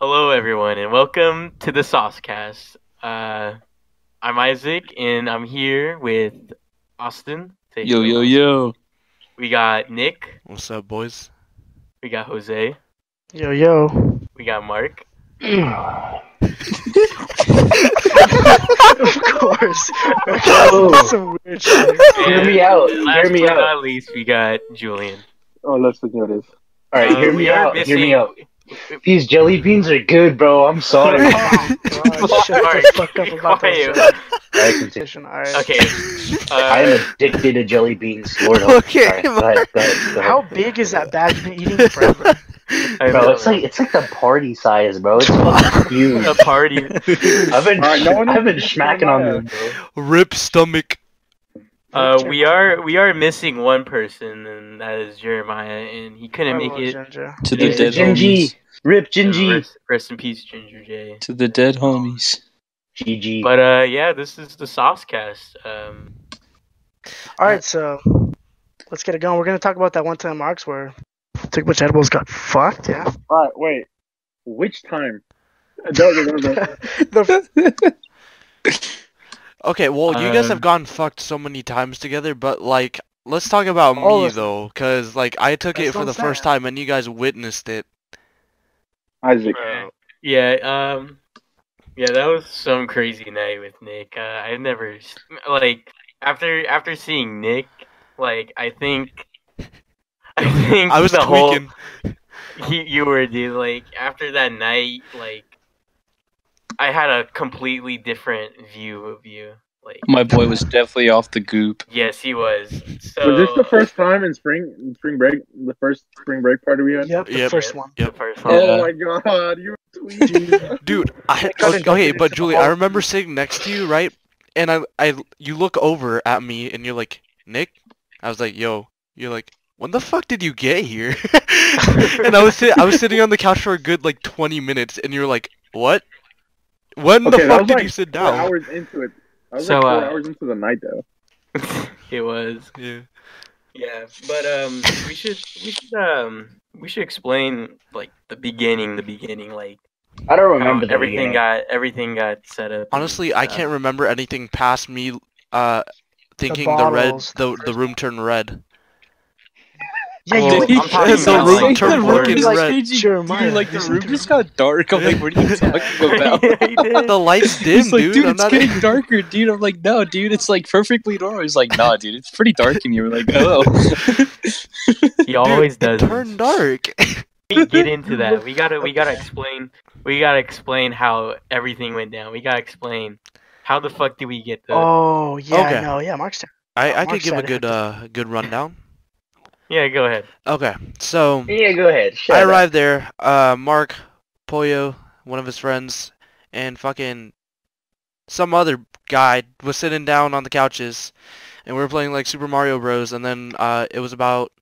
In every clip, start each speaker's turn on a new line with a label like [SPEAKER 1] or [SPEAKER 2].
[SPEAKER 1] Hello, everyone, and welcome to the Saucecast. Uh, I'm Isaac, and I'm here with Austin. Say
[SPEAKER 2] Yo, yo,
[SPEAKER 1] hello.
[SPEAKER 2] yo.
[SPEAKER 1] We got Nick,
[SPEAKER 3] What's up, boys?
[SPEAKER 1] we got Jose,
[SPEAKER 4] Yo yo.
[SPEAKER 1] we got Mark,
[SPEAKER 4] of course. That's some weird shit.
[SPEAKER 5] Hear me
[SPEAKER 1] and
[SPEAKER 5] out.
[SPEAKER 1] Last
[SPEAKER 5] Hear me
[SPEAKER 1] but
[SPEAKER 5] out.
[SPEAKER 1] not least, we got Julian.
[SPEAKER 2] Oh, let's ignore this.
[SPEAKER 5] All right,
[SPEAKER 1] Uh,
[SPEAKER 5] hear
[SPEAKER 1] we
[SPEAKER 5] me
[SPEAKER 1] are
[SPEAKER 5] out. Hear me
[SPEAKER 1] missing-
[SPEAKER 5] out. These jelly beans are good, bro. I'm sorry.
[SPEAKER 4] Oh my god, shut
[SPEAKER 1] Alright,
[SPEAKER 4] the fuck up
[SPEAKER 1] be
[SPEAKER 4] about
[SPEAKER 1] quiet.
[SPEAKER 4] that
[SPEAKER 5] I can take-
[SPEAKER 4] shit. Alright.
[SPEAKER 1] Okay.
[SPEAKER 5] I
[SPEAKER 1] Uh,
[SPEAKER 5] am addicted to jelly beans. Lord help. me.
[SPEAKER 3] Okay,
[SPEAKER 5] All right, go ahead, go ahead, go ahead.
[SPEAKER 4] How big is that bag you've been eating forever?
[SPEAKER 1] Uh, I
[SPEAKER 5] Bro,
[SPEAKER 1] know.
[SPEAKER 5] it's like it's like the party size, bro. It's fucking huge.
[SPEAKER 1] a party.
[SPEAKER 5] I've been
[SPEAKER 6] Alright, no one
[SPEAKER 5] I've been
[SPEAKER 6] needs to
[SPEAKER 5] smacking on
[SPEAKER 6] smile.
[SPEAKER 5] them, bro.
[SPEAKER 3] Rip stomach.
[SPEAKER 1] Uh, we are we are missing one person, and that is Jeremiah, and he couldn't make
[SPEAKER 4] Oh,
[SPEAKER 1] it.
[SPEAKER 4] Ginger.
[SPEAKER 2] To the
[SPEAKER 5] Yeah,
[SPEAKER 2] dead
[SPEAKER 5] Genji.
[SPEAKER 2] homies.
[SPEAKER 5] Rip Gingy.
[SPEAKER 1] Rest, rest in peace, Ginger J.
[SPEAKER 2] To the dead homies.
[SPEAKER 5] GG.
[SPEAKER 1] But uh, yeah, this is the Saucecast. Um,
[SPEAKER 4] Alright, so let's get it going. We're gonna talk about that one time marks where took much edibles got fucked, yeah.
[SPEAKER 6] All right, wait. Which time? Uh, No, no, no, no.
[SPEAKER 4] the,
[SPEAKER 3] Okay, well, you guys
[SPEAKER 1] Um,
[SPEAKER 3] have gotten fucked so many times together, but like, let's talk about
[SPEAKER 1] Oh,
[SPEAKER 4] All
[SPEAKER 3] me
[SPEAKER 4] of them.
[SPEAKER 3] though, cause like I took it
[SPEAKER 4] That's
[SPEAKER 3] for
[SPEAKER 4] what
[SPEAKER 3] the
[SPEAKER 4] I'm
[SPEAKER 3] first time and you guys witnessed it.
[SPEAKER 6] Isaac.
[SPEAKER 1] yeah, um, yeah, that was some crazy night with Nick. Uh, I never s- like after after seeing Nick, like I think, I think
[SPEAKER 3] I was
[SPEAKER 1] the whole
[SPEAKER 3] tweaking.
[SPEAKER 1] you, you were dude like after that night like i had a completely different view of you like
[SPEAKER 2] My boy was definitely off the goop.
[SPEAKER 1] yes he was so
[SPEAKER 6] Was this the first time in spring in spring break? The first spring break party we had?
[SPEAKER 4] yep, the
[SPEAKER 3] Yep.
[SPEAKER 4] first one.
[SPEAKER 1] the
[SPEAKER 3] Yep.
[SPEAKER 1] first one.
[SPEAKER 6] Oh my god, you were tweeting.
[SPEAKER 3] Dude, I
[SPEAKER 4] got
[SPEAKER 3] okay,
[SPEAKER 4] inducted
[SPEAKER 3] okay,
[SPEAKER 4] into
[SPEAKER 3] but
[SPEAKER 4] the
[SPEAKER 6] oh.
[SPEAKER 3] Julie,
[SPEAKER 4] Hall
[SPEAKER 3] I
[SPEAKER 4] of
[SPEAKER 3] remember sitting next to you, right? And I, I, you look over at me and you're like, Nick. I was like, yo. You're like, when the fuck did you get here? and I was, sit- I was sitting on the couch for a good like 20 minutes, and you're like, what? When
[SPEAKER 6] Okay,
[SPEAKER 3] the
[SPEAKER 6] that
[SPEAKER 3] fuck
[SPEAKER 6] was,
[SPEAKER 3] did
[SPEAKER 6] like,
[SPEAKER 3] you sit
[SPEAKER 6] Four
[SPEAKER 3] down?
[SPEAKER 6] hours into it. I was
[SPEAKER 1] So,
[SPEAKER 6] like four
[SPEAKER 1] uh,
[SPEAKER 6] hours into the night though.
[SPEAKER 1] it was
[SPEAKER 3] Yeah.
[SPEAKER 1] yeah but um we should we should um we should explain like the beginning the beginning like
[SPEAKER 5] I don't
[SPEAKER 1] how
[SPEAKER 5] remember the
[SPEAKER 1] um, everything
[SPEAKER 5] beginning.
[SPEAKER 1] got everything got set up and
[SPEAKER 3] Honestly, I
[SPEAKER 1] stuff.
[SPEAKER 3] can't remember anything past me uh thinking the, red
[SPEAKER 4] bottles,
[SPEAKER 3] the the room turned red.
[SPEAKER 4] Yeah, you
[SPEAKER 1] Well,
[SPEAKER 4] were
[SPEAKER 1] I'm talking
[SPEAKER 3] the
[SPEAKER 1] about,
[SPEAKER 3] room
[SPEAKER 1] like,
[SPEAKER 3] turned
[SPEAKER 1] the
[SPEAKER 3] fucking
[SPEAKER 1] room-
[SPEAKER 3] red.
[SPEAKER 4] Jeremiah.
[SPEAKER 2] like the
[SPEAKER 4] listen
[SPEAKER 2] room
[SPEAKER 4] to
[SPEAKER 2] just
[SPEAKER 4] me.
[SPEAKER 2] got dark. I'm like, what are you talking about?
[SPEAKER 1] Yeah, he did.
[SPEAKER 3] The lights dim,
[SPEAKER 2] He's like, dude,
[SPEAKER 3] I'm
[SPEAKER 2] it's
[SPEAKER 3] not
[SPEAKER 2] getting darker, dude. I'm like, no, dude, it's like perfectly normal. He's like, nah, dude, it's pretty dark in here. We're like, oh.
[SPEAKER 1] he always
[SPEAKER 3] Dude,
[SPEAKER 1] does
[SPEAKER 3] it
[SPEAKER 1] this.
[SPEAKER 3] turned dark.
[SPEAKER 1] we get into that. We gotta we gotta explain we gotta explain how everything went down. We gotta explain how the fuck did we get the
[SPEAKER 4] Oh yeah,
[SPEAKER 3] Okay.
[SPEAKER 4] I know, yeah, Mark's
[SPEAKER 3] I, I
[SPEAKER 4] Mark
[SPEAKER 3] could give a
[SPEAKER 4] said it.
[SPEAKER 3] good uh good rundown.
[SPEAKER 1] Yeah, go ahead.
[SPEAKER 3] Okay, so
[SPEAKER 5] Yeah, go ahead. Shut
[SPEAKER 3] I
[SPEAKER 5] up.
[SPEAKER 3] arrived there. Uh, Mark, Pollo, one of his friends, and fucking some other guy was sitting down on the couches, and we were playing like Super Mario Bros. And then uh, it was about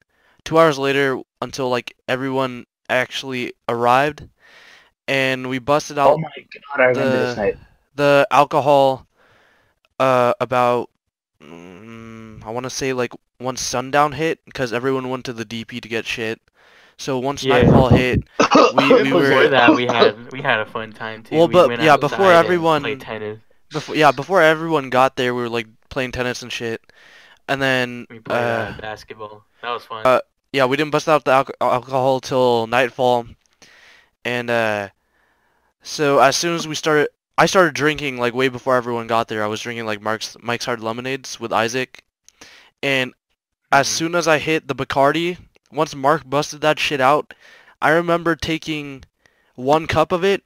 [SPEAKER 3] two hours later until like everyone actually arrived, and we busted out
[SPEAKER 5] Oh my god, I remember
[SPEAKER 3] the-
[SPEAKER 5] this night.
[SPEAKER 3] the alcohol uh about mm, I want to say like once sundown hit because everyone went to the DP to get shit. So once
[SPEAKER 1] Yeah.
[SPEAKER 3] nightfall hit, we, we
[SPEAKER 1] Before
[SPEAKER 3] were
[SPEAKER 1] that we had we had a fun time too.
[SPEAKER 3] Well,
[SPEAKER 1] we
[SPEAKER 3] but-
[SPEAKER 1] went
[SPEAKER 3] yeah, before
[SPEAKER 1] outside and
[SPEAKER 3] everyone-
[SPEAKER 1] played tennis.
[SPEAKER 3] before yeah before everyone got there, we were like playing tennis and shit. And then
[SPEAKER 1] We played
[SPEAKER 3] uh,
[SPEAKER 1] uh, basketball. That was fun.
[SPEAKER 3] uh, yeah, we didn't bust out the alco- alcohol till nightfall, and uh, so as soon as we started, I started drinking like way before everyone got there. I was drinking like Mark's Mike's Hard Lemonades with Isaac, and as
[SPEAKER 1] Mhm.
[SPEAKER 3] soon as I hit the Bacardi, once Mark busted that shit out, I remember taking one cup of it,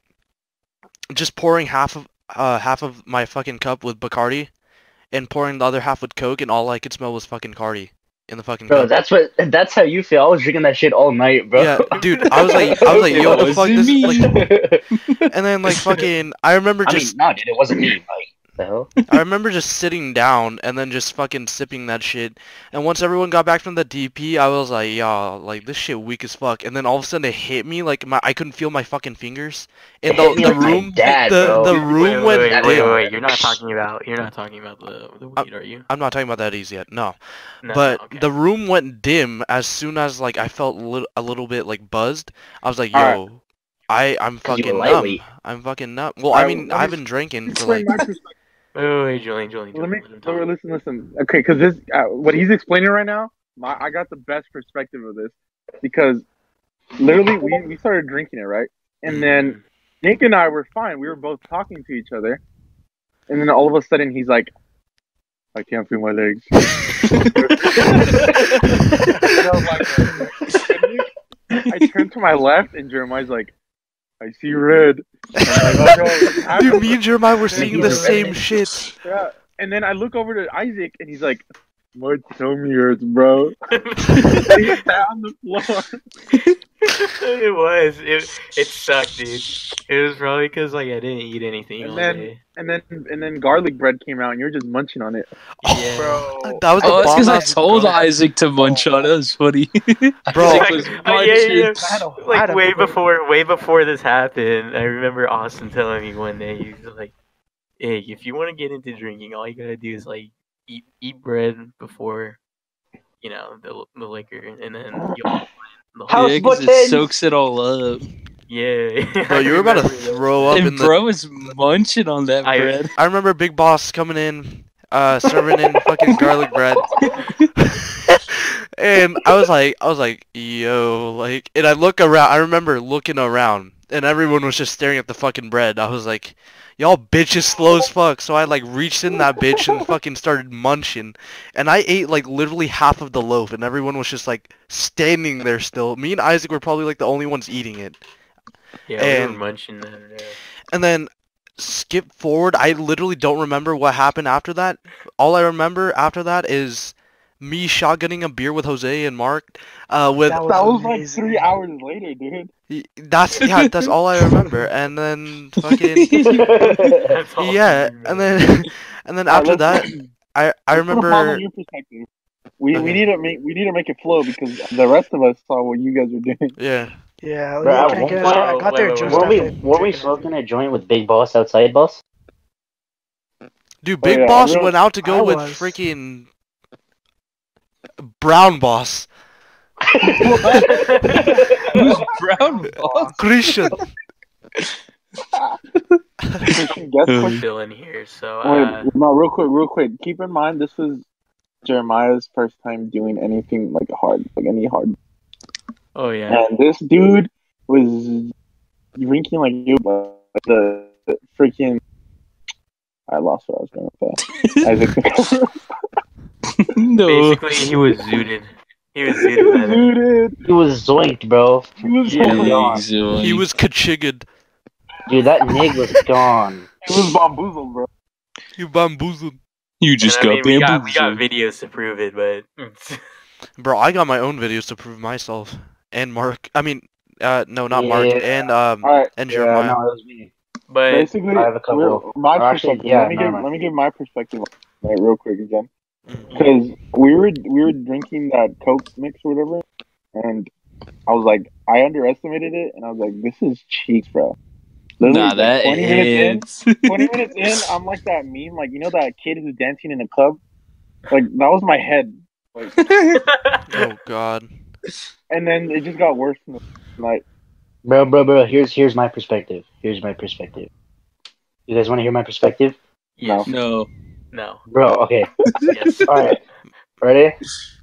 [SPEAKER 3] just pouring half of uh, half of my fucking cup with Bacardi, and pouring the other half with Coke, and all I could smell was fucking Cardi in the fucking
[SPEAKER 5] Bro,
[SPEAKER 3] cup.
[SPEAKER 5] that's what that's how you feel. I was drinking that shit all night, bro.
[SPEAKER 3] Yeah, dude, I was like, I was like, yo, what the
[SPEAKER 2] It
[SPEAKER 3] fuck,
[SPEAKER 2] wasn't
[SPEAKER 3] this,
[SPEAKER 2] me.
[SPEAKER 3] like, and then like fucking, I remember
[SPEAKER 5] I
[SPEAKER 3] just,
[SPEAKER 5] mean, no, dude, it wasn't me. Like, the hell?
[SPEAKER 3] I remember just sitting down and then just fucking sipping that shit. And once everyone got back from the DP, I was like, y'all, like this shit weak as fuck. And then all of a sudden it hit me, like my, I couldn't feel my fucking fingers. And
[SPEAKER 5] It
[SPEAKER 3] the,
[SPEAKER 5] hit me
[SPEAKER 3] the
[SPEAKER 5] like my
[SPEAKER 3] room,
[SPEAKER 5] dad,
[SPEAKER 3] the,
[SPEAKER 5] bro.
[SPEAKER 3] the
[SPEAKER 5] Wait,
[SPEAKER 1] wait,
[SPEAKER 3] room
[SPEAKER 1] wait,
[SPEAKER 3] went
[SPEAKER 1] wait,
[SPEAKER 5] down.
[SPEAKER 1] wait,
[SPEAKER 3] dim.
[SPEAKER 1] wait, You're not talking about you're not talking about the the weed, are you?
[SPEAKER 3] I'm not talking about that easy yet, no.
[SPEAKER 1] No,
[SPEAKER 3] Uh, but
[SPEAKER 1] okay.
[SPEAKER 3] the room went dim as soon as like I felt lit- a little bit like buzzed. I was like,
[SPEAKER 6] Alright.
[SPEAKER 3] yo, I I'm
[SPEAKER 5] 'Cause you
[SPEAKER 3] fucking
[SPEAKER 5] were
[SPEAKER 3] numb.
[SPEAKER 5] lightweight.
[SPEAKER 3] I'm fucking numb. Well,
[SPEAKER 6] Alright,
[SPEAKER 3] I mean,
[SPEAKER 6] let me
[SPEAKER 3] I've been drinking for
[SPEAKER 6] Explain
[SPEAKER 3] like
[SPEAKER 6] my perspective.
[SPEAKER 1] Oh, wait, Julian, Julian,
[SPEAKER 6] Let
[SPEAKER 1] Julian.
[SPEAKER 6] me
[SPEAKER 1] let him talk.
[SPEAKER 6] listen, listen, listen. Okay, because this uh, what he's explaining right now, my, I got the best perspective of this because literally we, we started drinking it right, and then Nick and I were fine. We were both talking to each other, and then all of a sudden he's like, "I can't feel my legs." And I was like, I turned to my left, and Jeremiah's like, "I see red." And I'm like, "Oh, no, what's
[SPEAKER 3] Dude,
[SPEAKER 6] happening?"
[SPEAKER 3] me and Jeremiah were
[SPEAKER 5] you
[SPEAKER 3] seeing the
[SPEAKER 5] were
[SPEAKER 3] same
[SPEAKER 5] ready.
[SPEAKER 3] shit.
[SPEAKER 6] Yeah. And then I look over to Isaac and he's like, My tummy hurts, bro. he sat on the floor.
[SPEAKER 1] it was. It, it sucked, dude. It was probably because like I didn't eat anything
[SPEAKER 6] And
[SPEAKER 1] all
[SPEAKER 6] then-
[SPEAKER 1] day.
[SPEAKER 6] And then and then garlic bread came out and you were just munching on it.
[SPEAKER 1] Yeah.
[SPEAKER 6] Bro.
[SPEAKER 3] That was
[SPEAKER 2] Oh,
[SPEAKER 3] the
[SPEAKER 2] that's
[SPEAKER 3] bomb
[SPEAKER 2] because I
[SPEAKER 3] house,
[SPEAKER 2] told
[SPEAKER 3] bro.
[SPEAKER 2] Isaac to munch on us, funny.
[SPEAKER 3] Bro,
[SPEAKER 2] Isaac was
[SPEAKER 1] Oh, yeah, yeah,
[SPEAKER 2] munching.
[SPEAKER 4] I had a- I had
[SPEAKER 1] Like
[SPEAKER 4] a-
[SPEAKER 1] way before, way before this happened, I remember Austin telling me one day he was like, "Hey, if you want to get into drinking, all you gotta do is like eat eat bread before, you know, the the liquor, and then you'll." The
[SPEAKER 5] How-
[SPEAKER 1] whole,
[SPEAKER 2] Yeah, 'cause it
[SPEAKER 5] buttons.
[SPEAKER 2] soaks it all up.
[SPEAKER 1] yeah,
[SPEAKER 3] bro, you were about to throw up in
[SPEAKER 2] And
[SPEAKER 3] the
[SPEAKER 2] bro is munching on that
[SPEAKER 1] I-
[SPEAKER 2] bread.
[SPEAKER 3] I remember Big Boss coming in, uh, serving in fucking garlic bread. and I was like, I was like, yo, like, and I look around. I remember looking around, and everyone was just staring at the fucking bread. I was like, y'all bitches slow as fuck. So I like reached in that bitch and fucking started munching, and I ate like literally half of the loaf, and everyone was just like standing there still. Me and Isaac were probably like the only ones eating it.
[SPEAKER 1] yeah, we were
[SPEAKER 3] and-
[SPEAKER 1] munching that. uh,
[SPEAKER 3] And then skip forward. I literally don't remember what happened after that. All I remember after that is me shotgunning a beer with Jose and Mark. Uh, with
[SPEAKER 4] That
[SPEAKER 6] That was like
[SPEAKER 4] amazing.
[SPEAKER 6] three hours later, dude.
[SPEAKER 3] that's yeah, that's all I remember. And then fucking
[SPEAKER 1] That's all I
[SPEAKER 3] yeah,
[SPEAKER 1] remember.
[SPEAKER 3] and then and then after
[SPEAKER 6] let's-
[SPEAKER 3] that, I I
[SPEAKER 6] Let's put a bomb
[SPEAKER 3] remember
[SPEAKER 6] on your perspective. We, we
[SPEAKER 3] Okay.
[SPEAKER 6] need to make we need to make it flow because the rest of us saw what you guys were doing.
[SPEAKER 3] yeah.
[SPEAKER 4] Yeah,
[SPEAKER 5] Bro,
[SPEAKER 4] yeah,
[SPEAKER 5] at
[SPEAKER 4] can I
[SPEAKER 5] one
[SPEAKER 4] get
[SPEAKER 5] point-
[SPEAKER 4] it? I got there
[SPEAKER 1] Wait, wait,
[SPEAKER 4] juiced
[SPEAKER 5] Were
[SPEAKER 4] up.
[SPEAKER 5] we
[SPEAKER 4] dude.
[SPEAKER 5] were we smoking a joint with Big Boss outside, boss? Oh,
[SPEAKER 3] Dude, Big
[SPEAKER 6] yeah,
[SPEAKER 3] Boss
[SPEAKER 6] I
[SPEAKER 3] went out to go
[SPEAKER 4] I
[SPEAKER 3] with
[SPEAKER 4] was.
[SPEAKER 3] freaking Brown Boss
[SPEAKER 2] Who's brown boss?
[SPEAKER 3] Christian.
[SPEAKER 6] Guess what
[SPEAKER 1] I'm still in here, so uh,
[SPEAKER 6] Wait, no, real quick, real quick. Keep in mind, this was Jeremiah's first time doing anything like hard, like any hard.
[SPEAKER 1] oh yeah.
[SPEAKER 6] And this dude was drinking like you, like the the freaking. I lost what I was going with that. Isaac,
[SPEAKER 2] no.
[SPEAKER 1] Basically, he was zooted. He was
[SPEAKER 6] he
[SPEAKER 1] zooted.
[SPEAKER 6] was
[SPEAKER 1] by them.
[SPEAKER 6] zooted.
[SPEAKER 5] He was zoinked, bro.
[SPEAKER 6] He was
[SPEAKER 1] Yeah.
[SPEAKER 6] gone.
[SPEAKER 3] He was kachigged.
[SPEAKER 5] Dude, that nig was gone.
[SPEAKER 6] He was bamboozled, bro.
[SPEAKER 3] You bamboozled.
[SPEAKER 2] You
[SPEAKER 1] And
[SPEAKER 2] just
[SPEAKER 1] I mean,
[SPEAKER 2] got
[SPEAKER 1] we, got, we got
[SPEAKER 2] bamboozled.
[SPEAKER 1] videos to prove it, but
[SPEAKER 3] Bro, I got my own videos to prove myself. And Mark, I mean, uh, no, not Mark,
[SPEAKER 5] Yeah. Uh,
[SPEAKER 3] and um,
[SPEAKER 6] All right.
[SPEAKER 3] and
[SPEAKER 5] Yeah,
[SPEAKER 3] Jeremiah.
[SPEAKER 5] no, it was me.
[SPEAKER 1] but
[SPEAKER 6] Basically,
[SPEAKER 5] I have a couple.
[SPEAKER 6] real- my
[SPEAKER 5] Or actually,
[SPEAKER 6] perspective.
[SPEAKER 5] yeah,
[SPEAKER 6] let me
[SPEAKER 5] no,
[SPEAKER 6] give
[SPEAKER 5] no.
[SPEAKER 6] let me give my perspective on it real quick
[SPEAKER 5] Mm-hmm.
[SPEAKER 6] again.
[SPEAKER 3] Mm.
[SPEAKER 6] because we were we were drinking that Coke mix or whatever, and I was like, I underestimated it, and I was like, this is cheeks, bro. Literally,
[SPEAKER 2] Nah,
[SPEAKER 6] like,
[SPEAKER 2] that
[SPEAKER 6] minutes
[SPEAKER 2] is.
[SPEAKER 6] in, twenty minutes in, I'm like that meme, like you know that kid who's dancing in a club, like that was my head,
[SPEAKER 3] Oh God.
[SPEAKER 6] and then it just got worse. From the, like,
[SPEAKER 5] Bro, bro, bro. Here's here's my perspective. Here's my perspective. You guys want to hear my perspective,
[SPEAKER 1] yes,
[SPEAKER 2] no.
[SPEAKER 1] no,
[SPEAKER 5] bro? Okay.
[SPEAKER 1] yes.
[SPEAKER 5] All right. Ready?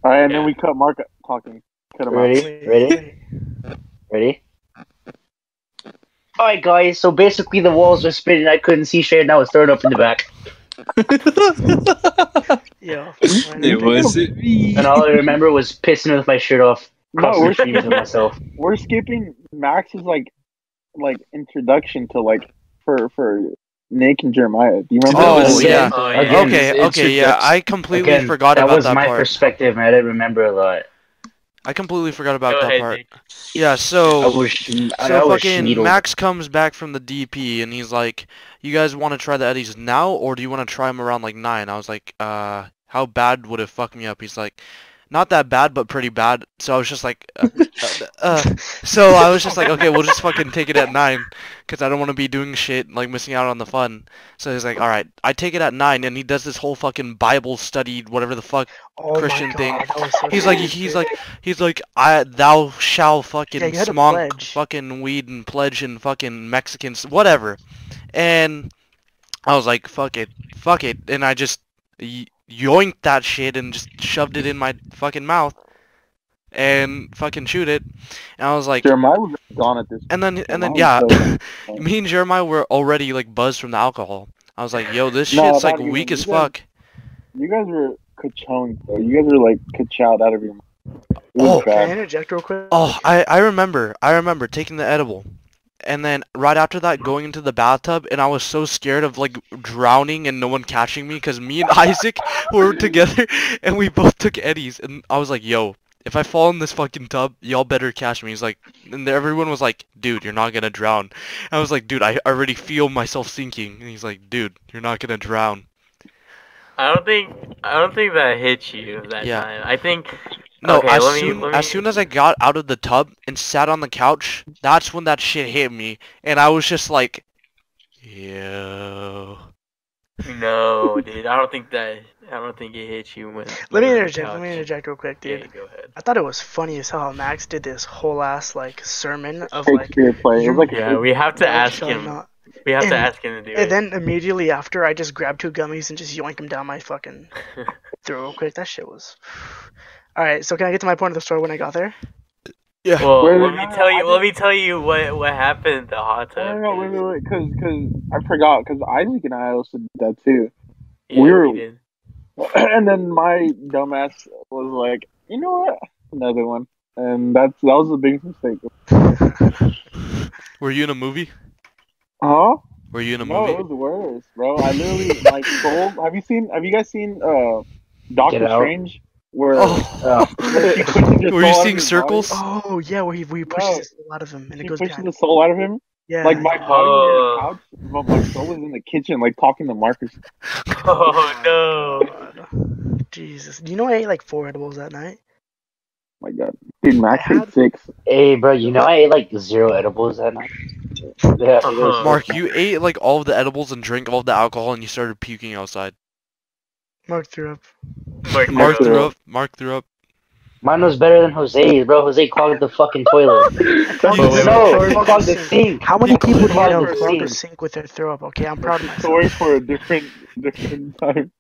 [SPEAKER 6] all right, Uh, and
[SPEAKER 1] Yeah.
[SPEAKER 6] then we cut Mark talking, cut him out.
[SPEAKER 5] Ready? Ready? Ready? All right, guys. So basically, the walls were spinning. I couldn't see shit, and I was thrown up in the back.
[SPEAKER 4] Yeah.
[SPEAKER 2] It wasn't me.
[SPEAKER 5] And all I remember was pissing with my shirt off,
[SPEAKER 6] No,
[SPEAKER 5] crossing
[SPEAKER 6] we're
[SPEAKER 5] the streams with myself.
[SPEAKER 6] we're skipping Max's like like introduction to like for for Nick and Jeremiah. Do you remember?
[SPEAKER 3] Oh,
[SPEAKER 6] that?
[SPEAKER 5] was
[SPEAKER 3] yeah.
[SPEAKER 1] Oh yeah.
[SPEAKER 5] Again,
[SPEAKER 3] Okay,
[SPEAKER 2] it's
[SPEAKER 3] okay, yeah.
[SPEAKER 2] introduction.
[SPEAKER 3] I completely
[SPEAKER 5] Again,
[SPEAKER 3] forgot
[SPEAKER 5] that
[SPEAKER 3] about
[SPEAKER 5] was
[SPEAKER 3] that
[SPEAKER 5] my
[SPEAKER 3] part.
[SPEAKER 5] perspective, man. I didn't remember a lot.
[SPEAKER 3] I completely forgot
[SPEAKER 1] Go
[SPEAKER 3] about that
[SPEAKER 1] ahead,
[SPEAKER 3] part.
[SPEAKER 1] Nick.
[SPEAKER 3] Yeah.
[SPEAKER 5] I
[SPEAKER 3] So,
[SPEAKER 5] was, schn- I, I
[SPEAKER 3] Oh, so
[SPEAKER 5] was
[SPEAKER 3] fucking
[SPEAKER 5] schneedled.
[SPEAKER 3] Max comes back from the DP and he's like, "You guys want to try the Eddies now, or do you want to try them around like nine? I was like, "Uh, how bad would it fuck me up?" He's like, not that bad, but pretty bad. So I was just like, uh, uh, uh. so I was just like, okay, we'll just fucking take it at nine, because I don't want to be doing shit like missing out on the fun. So he's like, all right, I take it at nine, and he does this whole fucking Bible study, whatever the fuck.
[SPEAKER 4] Oh my
[SPEAKER 3] Christian
[SPEAKER 4] God,
[SPEAKER 3] thing.
[SPEAKER 4] that was so
[SPEAKER 3] He's like,
[SPEAKER 4] stupid.
[SPEAKER 3] he's like, he's like, I thou shall fucking
[SPEAKER 4] Yeah, you had to
[SPEAKER 3] smonk,
[SPEAKER 4] pledge.
[SPEAKER 3] fucking weed and pledge and fucking Mexicans, whatever. And I was like, fuck it, fuck it, and I just y- yoinked that shit and just shoved it in my fucking mouth and fucking chewed it. And I was like,
[SPEAKER 6] Jeremiah was gone at this.
[SPEAKER 3] and then and then yeah,
[SPEAKER 6] Jeremiah was so-
[SPEAKER 3] me and Jeremiah were already like buzzed from the alcohol. I was like, yo, this
[SPEAKER 6] No,
[SPEAKER 3] shit's
[SPEAKER 6] not
[SPEAKER 3] like
[SPEAKER 6] even.
[SPEAKER 3] weak
[SPEAKER 6] You
[SPEAKER 3] as
[SPEAKER 6] guys-
[SPEAKER 3] fuck.
[SPEAKER 6] You guys were kachoned, though. You guys were like kachowed out of your mind. It was
[SPEAKER 3] Oh.
[SPEAKER 4] Can I
[SPEAKER 6] bad.
[SPEAKER 4] interject real quick?
[SPEAKER 3] Oh, I, I remember. I remember taking the edible. And then right after that, going into the bathtub, and I was so scared of like drowning and no one catching me because me and Isaac were together, and we both took eddies, and I was like, "Yo, if I fall in this fucking tub, y'all better catch me." He's like, and everyone was like, "Dude, you're not gonna drown." I was like, "Dude, I already feel myself sinking," and he's like, "Dude, you're not gonna drown."
[SPEAKER 1] I don't think I don't think that hit you that
[SPEAKER 3] Yeah.
[SPEAKER 1] time. I think
[SPEAKER 3] No,
[SPEAKER 1] Okay,
[SPEAKER 3] as
[SPEAKER 1] let me-
[SPEAKER 3] soon
[SPEAKER 1] let
[SPEAKER 3] as
[SPEAKER 1] me-
[SPEAKER 3] soon as I got out of the tub and sat on the couch, that's when that shit hit me, and I was just like, "Yo."
[SPEAKER 1] no, dude. I don't think that. I don't think it hit you when.
[SPEAKER 4] Let
[SPEAKER 1] when
[SPEAKER 4] me
[SPEAKER 1] the
[SPEAKER 4] interject. Let me
[SPEAKER 1] couch-
[SPEAKER 4] interject real quick, dude.
[SPEAKER 1] Yeah, go ahead.
[SPEAKER 4] I thought it was funny as hell how Max did this whole ass like sermon of like.
[SPEAKER 6] Shakespeare play. It was like a
[SPEAKER 1] Yeah, we have to
[SPEAKER 4] "Thou
[SPEAKER 1] ask
[SPEAKER 4] shalt
[SPEAKER 1] him.
[SPEAKER 4] not."
[SPEAKER 1] We have to
[SPEAKER 4] And-
[SPEAKER 1] ask him to do it.
[SPEAKER 4] And then immediately after, I just grabbed two gummies and just yoinked them down my fucking throat real quick. That shit was. All right, so can I get to my point of the story when I got there?
[SPEAKER 3] Yeah.
[SPEAKER 1] Well,
[SPEAKER 6] Wait,
[SPEAKER 1] let
[SPEAKER 6] wait,
[SPEAKER 1] me
[SPEAKER 6] no,
[SPEAKER 1] tell
[SPEAKER 6] I
[SPEAKER 1] you. Let me tell you what what happened in the hot
[SPEAKER 6] No,
[SPEAKER 1] tub.
[SPEAKER 6] no, no, wait,
[SPEAKER 1] dude.
[SPEAKER 6] wait, wait, because I forgot, because Isaac and I also did that too.
[SPEAKER 1] Yeah,
[SPEAKER 6] we were-
[SPEAKER 1] did.
[SPEAKER 6] and then my dumbass was like, you know what, another one, and that's that was the biggest mistake.
[SPEAKER 3] Were you in a movie?
[SPEAKER 6] Huh?
[SPEAKER 3] Were you in a
[SPEAKER 6] No,
[SPEAKER 3] movie?
[SPEAKER 6] it was worse, bro. I literally like sold. Have you seen? Have you guys seen uh Doctor
[SPEAKER 5] Get Out.
[SPEAKER 6] Strange? Where
[SPEAKER 3] Oh,
[SPEAKER 5] Uh,
[SPEAKER 6] he pushes the
[SPEAKER 3] were you
[SPEAKER 6] soul out of
[SPEAKER 3] seeing
[SPEAKER 6] his
[SPEAKER 3] circles?
[SPEAKER 4] Oh yeah, where he, where he pushes the soul
[SPEAKER 6] No.
[SPEAKER 4] out of him and
[SPEAKER 6] Body?
[SPEAKER 4] it
[SPEAKER 6] He
[SPEAKER 4] goes
[SPEAKER 6] pushes
[SPEAKER 4] down.
[SPEAKER 6] the soul out of him.
[SPEAKER 4] Yeah.
[SPEAKER 6] Like my body
[SPEAKER 1] Oh.
[SPEAKER 3] Uh.
[SPEAKER 6] was in the couch, but my soul was in the kitchen, like talking to Marcus.
[SPEAKER 1] Oh no.
[SPEAKER 4] God. Jesus, do you know I ate like four edibles that night?
[SPEAKER 6] Oh my god, dude, Max
[SPEAKER 4] I had-
[SPEAKER 6] ate six.
[SPEAKER 5] hey, bro, you know I ate like zero edibles that night. Yeah, it was-
[SPEAKER 3] Mark, you ate like all of the edibles and drank all of the alcohol, and you started puking outside.
[SPEAKER 4] Mark threw up.
[SPEAKER 1] Mark,
[SPEAKER 3] Mark
[SPEAKER 1] no.
[SPEAKER 3] threw up. Mark threw up.
[SPEAKER 5] Mine was better than Jose's, bro. Jose clogged the fucking toilet.
[SPEAKER 6] That's
[SPEAKER 1] Wait, wait,
[SPEAKER 5] no,
[SPEAKER 4] wait.
[SPEAKER 5] he clogged the sink.
[SPEAKER 4] How many
[SPEAKER 5] He
[SPEAKER 4] people do you
[SPEAKER 5] clogged
[SPEAKER 4] know
[SPEAKER 5] the
[SPEAKER 4] clog the
[SPEAKER 5] sink.
[SPEAKER 4] sink with their throw up? Okay, I'm proud of
[SPEAKER 6] a
[SPEAKER 4] myself.
[SPEAKER 6] story for a different different time.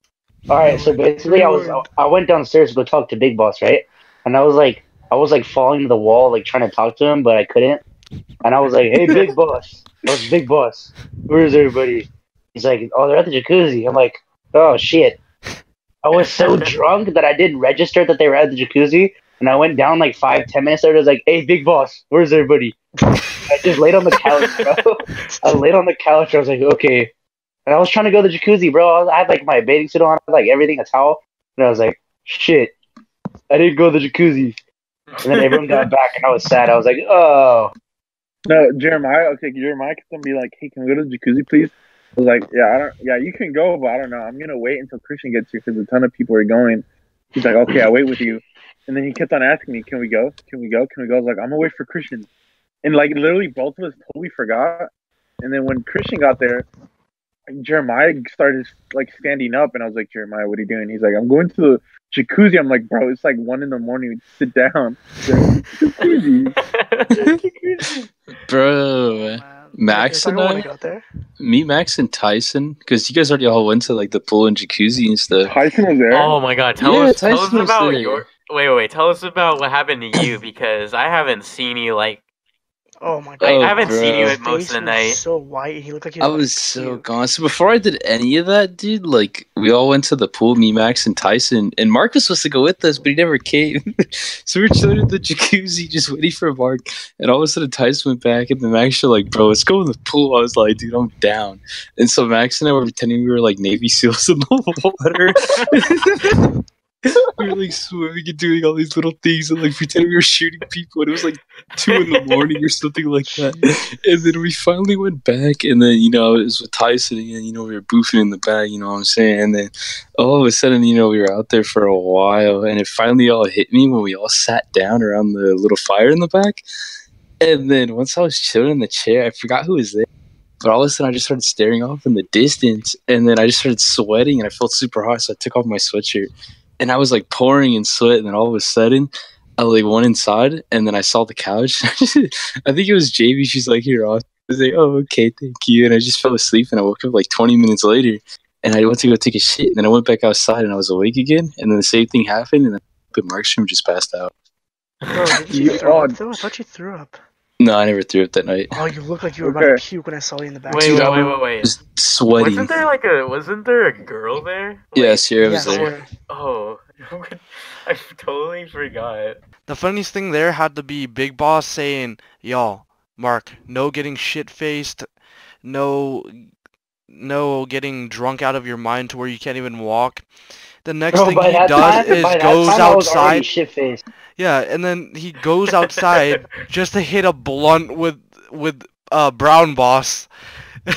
[SPEAKER 5] All right, so basically, I was I went downstairs to go talk to Big Boss, right? And I was like, I was like falling to the wall, like trying to talk to him, but I couldn't. And I was like, Hey, Big Boss, I was Big Boss. Where's everybody? He's like, Oh, they're at the jacuzzi. I'm like, Oh shit! I was so drunk that I didn't register that they were at the jacuzzi, and I went down like five, ten minutes later. I was like, Hey, Big Boss, where's everybody? I just laid on the couch, bro. I laid on the couch. I was like, okay. And I was trying to go to the jacuzzi, bro. I, was- I had like my bathing suit on, like everything, a towel. And I was like, shit, I didn't go to the jacuzzi. And then everyone got back, and I was sad. I was like, oh.
[SPEAKER 6] No, Jeremiah. Okay, Jeremiah could then be like, "Hey, can we go to the jacuzzi, please?" I was like, "Yeah, I don't. Yeah, you can go, but I don't know. I'm gonna wait until Christian gets here because a ton of people are going." He's like, "Okay, I'll wait with you." And then he kept on asking me, "Can we go? Can we go? Can we go?" I was like, "I'm gonna wait for Christian," and like literally both of us totally forgot. And then when Christian got there, Jeremiah started like standing up, and I was like, "Jeremiah, what are you doing?" He's like, "I'm going to the jacuzzi." I'm like, "Bro, it's like one in the morning. Sit down." He's like, jacuzzi.
[SPEAKER 2] Bro,
[SPEAKER 4] Wow.
[SPEAKER 2] Max
[SPEAKER 4] Is that
[SPEAKER 2] and
[SPEAKER 4] when I
[SPEAKER 2] I?
[SPEAKER 4] got there.
[SPEAKER 2] meet Max and Tyson because you guys already all went to like the pool and jacuzzi and stuff.
[SPEAKER 6] Tyson was there.
[SPEAKER 1] Oh my god, tell
[SPEAKER 2] Yeah,
[SPEAKER 1] us tell us
[SPEAKER 2] Tyson was
[SPEAKER 1] about
[SPEAKER 2] there.
[SPEAKER 1] your wait, wait, wait, tell us about what happened to you because I haven't seen you like
[SPEAKER 4] Oh my god.
[SPEAKER 1] I,
[SPEAKER 2] Oh,
[SPEAKER 1] I haven't seen you
[SPEAKER 2] bro.
[SPEAKER 1] at most of
[SPEAKER 4] Face
[SPEAKER 1] the
[SPEAKER 4] was
[SPEAKER 1] night.
[SPEAKER 4] So white, and he looked like he was.
[SPEAKER 2] I
[SPEAKER 4] about to
[SPEAKER 2] was so
[SPEAKER 4] puke.
[SPEAKER 2] gone. So before I did any of that, dude, like we all went to the pool, me, Max, and Tyson, and Mark was supposed to go with us, but he never came. so we were chilling in the jacuzzi, just waiting for Mark. And all of a sudden, Tyson went back, and then Max was like, "Bro, let's go in the pool." I was like, "Dude, I'm down." And so Max and I were pretending we were like Navy SEALs in the water. we were like swimming and doing all these little things and like pretending we were shooting people and it was like two in the morning or something like that. And then we finally went back, and then you know it was with Tyson again. You know we were boofing in the back. You know what I'm saying? And then all of a sudden, you know we were out there for a while, and it finally all hit me when we all sat down around the little fire in the back. And then once I was chilling in the chair, I forgot who was there. But all of a sudden, I just started staring off in the distance, and then I just started sweating, and I felt super hot, so I took off my sweatshirt, and I was like pouring in sweat, and then all of a sudden, I like went inside, and then I saw the couch. I think it was JB. She's like, "Here, off." I was like, "Oh, okay, thank you," and I just fell asleep, and I woke up like 20 minutes later, and I went to go take a shit, and then I went back outside, and I was awake again, and then the same thing happened, and then the Mark's room just passed out.
[SPEAKER 4] Bro, didn't you
[SPEAKER 6] You
[SPEAKER 4] throw
[SPEAKER 6] are-
[SPEAKER 4] up though? I thought you threw up.
[SPEAKER 2] No, I never threw up that night.
[SPEAKER 4] Oh, you look like you were about
[SPEAKER 6] Okay.
[SPEAKER 4] to puke when I saw you in the back.
[SPEAKER 1] Wait,
[SPEAKER 2] Dude,
[SPEAKER 1] wait,
[SPEAKER 2] I
[SPEAKER 1] wait, wait, wait.
[SPEAKER 2] Just sweating.
[SPEAKER 1] Wasn't there like a wasn't there a girl there? Like,
[SPEAKER 2] yeah, Sierra was
[SPEAKER 4] Yeah,
[SPEAKER 2] there.
[SPEAKER 1] Oh,
[SPEAKER 4] or-
[SPEAKER 1] I totally forgot.
[SPEAKER 3] The funniest thing there had to be Big Boss saying, "Y'all, Mark, no getting shit faced, no, no getting drunk out of your mind to where you can't even walk." The next
[SPEAKER 5] Bro,
[SPEAKER 3] thing
[SPEAKER 5] Oh, by
[SPEAKER 3] he
[SPEAKER 5] that
[SPEAKER 3] does
[SPEAKER 5] time-
[SPEAKER 3] is
[SPEAKER 5] by that
[SPEAKER 3] goes
[SPEAKER 5] time I was already
[SPEAKER 3] outside.
[SPEAKER 5] shit-faced.
[SPEAKER 3] Yeah, and then he goes outside just to hit a blunt with with uh, Brown Boss.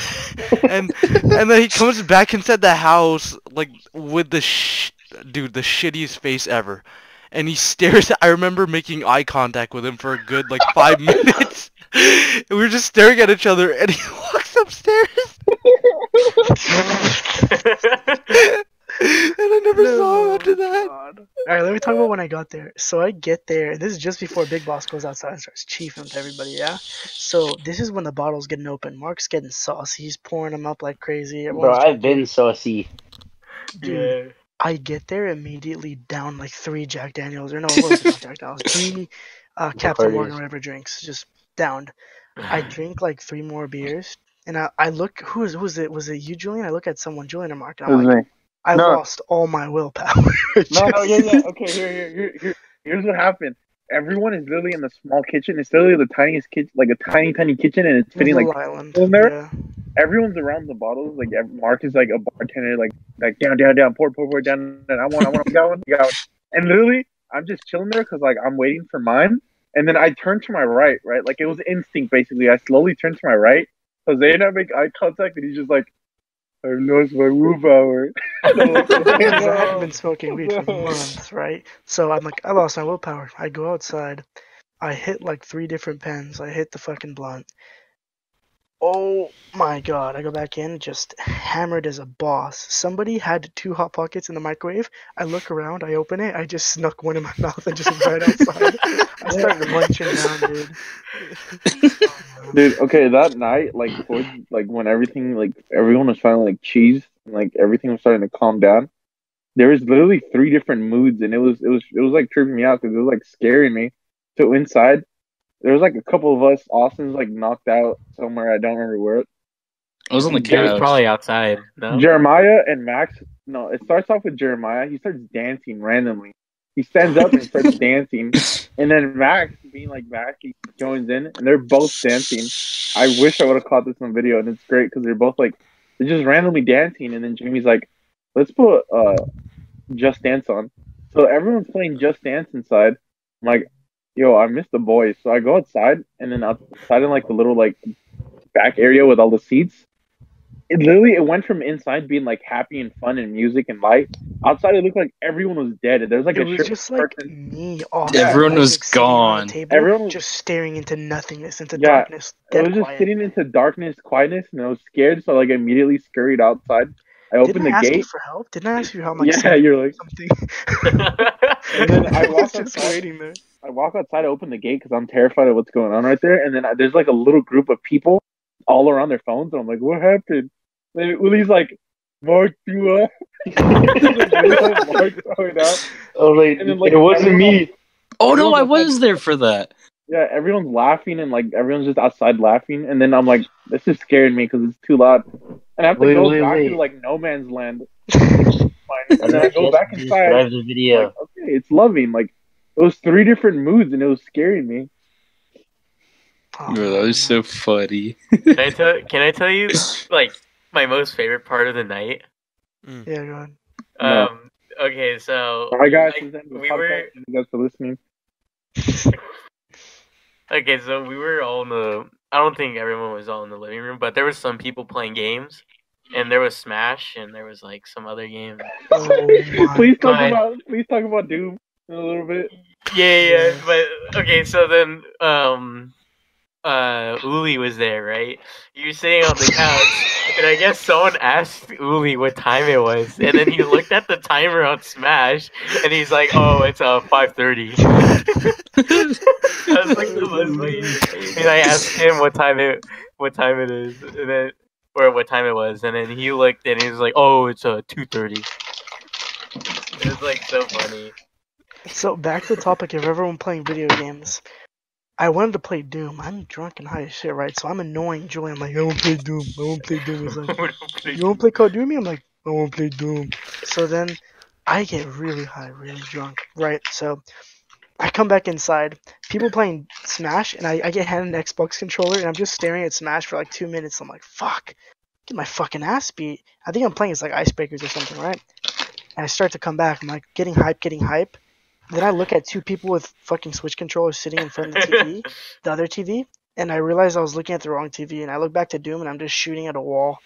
[SPEAKER 3] and and then he comes back inside the house like with the sh- dude the shittiest face ever. And he stares. I remember making eye contact with him for a good like five minutes. And we were just staring at each other, and he walks upstairs. and I never saw him after that.
[SPEAKER 4] God. All right, let me talk about when I got there. So I get there, and this is just before Big Boss goes outside and starts chiefing to everybody. Yeah. So this is when the bottle's getting open. Mark's getting saucy. He's pouring them up like crazy.
[SPEAKER 5] Bro,
[SPEAKER 4] Everyone's
[SPEAKER 5] I've been saucy.
[SPEAKER 4] dude.
[SPEAKER 1] yeah.
[SPEAKER 4] I get there immediately down like three Jack Daniels or no, it wasn't not Jack Daniels, three uh, Captain
[SPEAKER 5] Bacardi's.
[SPEAKER 4] Morgan whatever drinks, just downed. I drink like three more beers, and I, I look who's who's it was it you Julian? I look at someone Julian or Mark, and I'm
[SPEAKER 6] Excuse
[SPEAKER 4] like,
[SPEAKER 6] me.
[SPEAKER 4] I
[SPEAKER 6] No.
[SPEAKER 4] lost all my willpower.
[SPEAKER 6] No, no, yeah, yeah. Okay, here, here, here, here. Here's what happened. Everyone is literally in the small kitchen. It's literally the tiniest kitchen, like a tiny, tiny kitchen, and it's fitting like
[SPEAKER 4] Little island.
[SPEAKER 6] in there?
[SPEAKER 4] Yeah.
[SPEAKER 6] everyone's around the bottles. Like ev- Mark is like a bartender, like like down, down, down, pour, pour, pour, down. And I want, I want, I got one, I got one. And literally, I'm just chilling there because like I'm waiting for mine. And then I turn to my right, right. Like it was instinct, basically. I slowly turn to my right. Jose and I make eye contact, and he's just like, "I've lost my willpower." And I'm like,
[SPEAKER 4] Because I
[SPEAKER 6] "Damn."
[SPEAKER 4] hadn't been smoking weed for
[SPEAKER 6] Bro.
[SPEAKER 4] months, right? So I'm like, I lost my willpower. I go outside. I hit like three different pens. I hit the fucking blunt. Oh my god. I go back in, just hammered as a boss. Somebody had two Hot Pockets in the microwave. I look around, I open it, I just snuck one in my mouth and just went right outside. I started munching down, dude.
[SPEAKER 6] Dude, okay, that night, like, towards, like when everything, like, everyone was finally like cheesed, and, like everything was starting to calm down. There was literally three different moods, and it was, it was, it was like tripping me out because it was like scaring me. So inside, there was like a couple of us. Austin's like knocked out somewhere. I don't remember where.
[SPEAKER 2] I was on the
[SPEAKER 1] It was
[SPEAKER 2] couch.
[SPEAKER 1] probably outside. No?
[SPEAKER 6] Jeremiah and Max. No, it starts off with Jeremiah. He starts dancing randomly. He stands up and starts dancing, and then Max, being like Max, he joins in, and they're both dancing. I wish I would have caught this on video, and it's great because they're both like they're just randomly dancing, and then Jamie's like, "Let's put uh, Just Dance on." So everyone's playing Just Dance inside. I'm like, "Yo, I miss the boys." So I go outside, and then outside in like the little like back area with all the seats. It literally it went from inside being like happy and fun and music and light. Outside it looked like everyone was dead. and There was like
[SPEAKER 4] it
[SPEAKER 6] a
[SPEAKER 4] was
[SPEAKER 6] strip
[SPEAKER 4] just like
[SPEAKER 6] person.
[SPEAKER 4] me off.
[SPEAKER 6] Yeah.
[SPEAKER 2] Everyone
[SPEAKER 4] like,
[SPEAKER 2] was
[SPEAKER 4] just sitting around
[SPEAKER 2] gone.
[SPEAKER 4] the Table,
[SPEAKER 6] Everyone was-
[SPEAKER 4] just staring into nothingness, into
[SPEAKER 6] Yeah,
[SPEAKER 4] darkness.
[SPEAKER 6] I
[SPEAKER 4] dead
[SPEAKER 6] was just
[SPEAKER 4] quiet.
[SPEAKER 6] sitting into darkness, quietness, and I was scared, so like I immediately scurried outside. I opened
[SPEAKER 4] Didn't I
[SPEAKER 6] the
[SPEAKER 4] ask you
[SPEAKER 6] gate.
[SPEAKER 4] for help? Didn't I ask you for help? Like,
[SPEAKER 6] Yeah,
[SPEAKER 4] yeah,
[SPEAKER 6] you're like
[SPEAKER 4] something.
[SPEAKER 6] And then I walked
[SPEAKER 4] just
[SPEAKER 6] outside.
[SPEAKER 4] waiting there.
[SPEAKER 6] I walk outside, I open the gate because I'm terrified of what's going on right there. And then I, there's like a little group of people all around their phones. And I'm like, what happened? And Willie's like, Mark, you uh," up. Mark throwed up.
[SPEAKER 5] I was like,
[SPEAKER 6] And then, like,
[SPEAKER 5] it wasn't me.
[SPEAKER 2] Oh no,
[SPEAKER 6] Everyone
[SPEAKER 2] I
[SPEAKER 6] was-
[SPEAKER 2] was there for that.
[SPEAKER 6] Yeah, everyone's laughing and like everyone's just outside laughing. And then I'm like, this is scaring me because it's too loud. And I have to
[SPEAKER 5] Wait,
[SPEAKER 6] go
[SPEAKER 5] wait,
[SPEAKER 6] back
[SPEAKER 5] wait.
[SPEAKER 6] to like no man's land. and then I go back inside.
[SPEAKER 5] Describe the video.
[SPEAKER 6] Like, okay, it's loving. Like it was three different moods and it was scaring me.
[SPEAKER 4] Oh,
[SPEAKER 2] Bro, that was so
[SPEAKER 4] man.
[SPEAKER 2] funny.
[SPEAKER 1] Can I tell? Can I tell you like my most favorite part of the night?
[SPEAKER 4] Yeah, go on.
[SPEAKER 6] No.
[SPEAKER 1] Um. Okay, so
[SPEAKER 6] All right, guys,
[SPEAKER 1] I-
[SPEAKER 6] this is the end of the
[SPEAKER 1] we
[SPEAKER 6] podcast.
[SPEAKER 1] were-
[SPEAKER 6] Thank you guys for listening.
[SPEAKER 1] Okay, so we were all in the. I don't think everyone was all in the living room, but there were some people playing games, and there was Smash, and there was like some other game.
[SPEAKER 4] Oh my
[SPEAKER 6] please talk
[SPEAKER 1] God.
[SPEAKER 6] about please talk about Doom in a little bit.
[SPEAKER 1] Yeah, yeah,
[SPEAKER 4] Yeah.
[SPEAKER 1] but okay, so then um uh Uli was there, right? You were sitting on the couch and I guess someone asked Uli what time it was and then he looked at the timer on Smash and he's like, Oh, it's uh five thirty. I was like, "Leslie," and I asked him what time it what time it is and then or what time it was and then he looked and he was like, Oh, it's uh two thirty. It was like so funny.
[SPEAKER 4] So back to the topic of everyone playing video games. I wanted to play Doom. I'm drunk and high as shit, right? So I'm annoying Julian. I'm like, I won't play Doom. I won't play Doom. He's like, you won't play Call of Duty? I'm like, I won't play Doom. So then I get really high, really drunk, right? So I come back inside, people playing Smash, and I, I get handed an Xbox controller, and I'm just staring at Smash for like two minutes. I'm like, fuck, get my fucking ass beat. I think I'm playing as like Icebreakers or something, right? And I start to come back. I'm like, getting hype, getting hype. Then I look at two people with fucking Switch controllers sitting in front of the TV the other TV, and I realized I was looking at the wrong TV, and I look back to Doom, and I'm just shooting at a wall,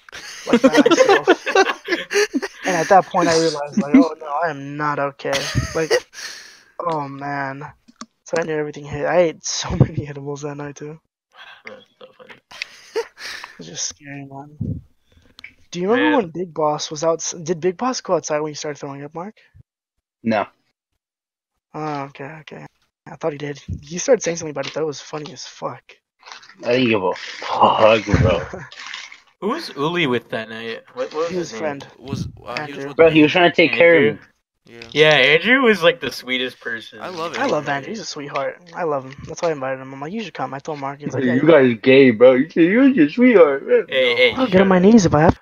[SPEAKER 4] like by myself. and at that point, I realized, like, oh no, I am not okay. Like, oh man. So I knew everything hit. I ate so many edibles that night too.
[SPEAKER 1] That's so funny.
[SPEAKER 4] It was just scary, man. Do you remember
[SPEAKER 1] Man.
[SPEAKER 4] when Big Boss was out? Did Big Boss go outside when you started throwing up, Mark?
[SPEAKER 5] No.
[SPEAKER 4] Oh, okay, okay. I thought he did. You started saying something about it that was funny as fuck.
[SPEAKER 5] I didn't give a fuck, bro.
[SPEAKER 1] Who was Uli with that night? What, what was
[SPEAKER 4] He was
[SPEAKER 1] his
[SPEAKER 4] friend.
[SPEAKER 3] Was uh, he was
[SPEAKER 4] Andrew.
[SPEAKER 3] with
[SPEAKER 5] Bro, he was trying to take care of me.
[SPEAKER 3] yeah.
[SPEAKER 1] Name? Yeah, Andrew was like the sweetest person.
[SPEAKER 3] I love it.
[SPEAKER 4] I love Andrew. He's a sweetheart. I love him. That's why I invited him. I'm like, you should come. I told Mark. He's like, yeah,
[SPEAKER 5] You guys gay, bro. You should use your sweetheart. man.
[SPEAKER 1] Hey, hey,
[SPEAKER 4] I'll
[SPEAKER 1] you
[SPEAKER 4] get on my
[SPEAKER 1] shut
[SPEAKER 4] knees if I have.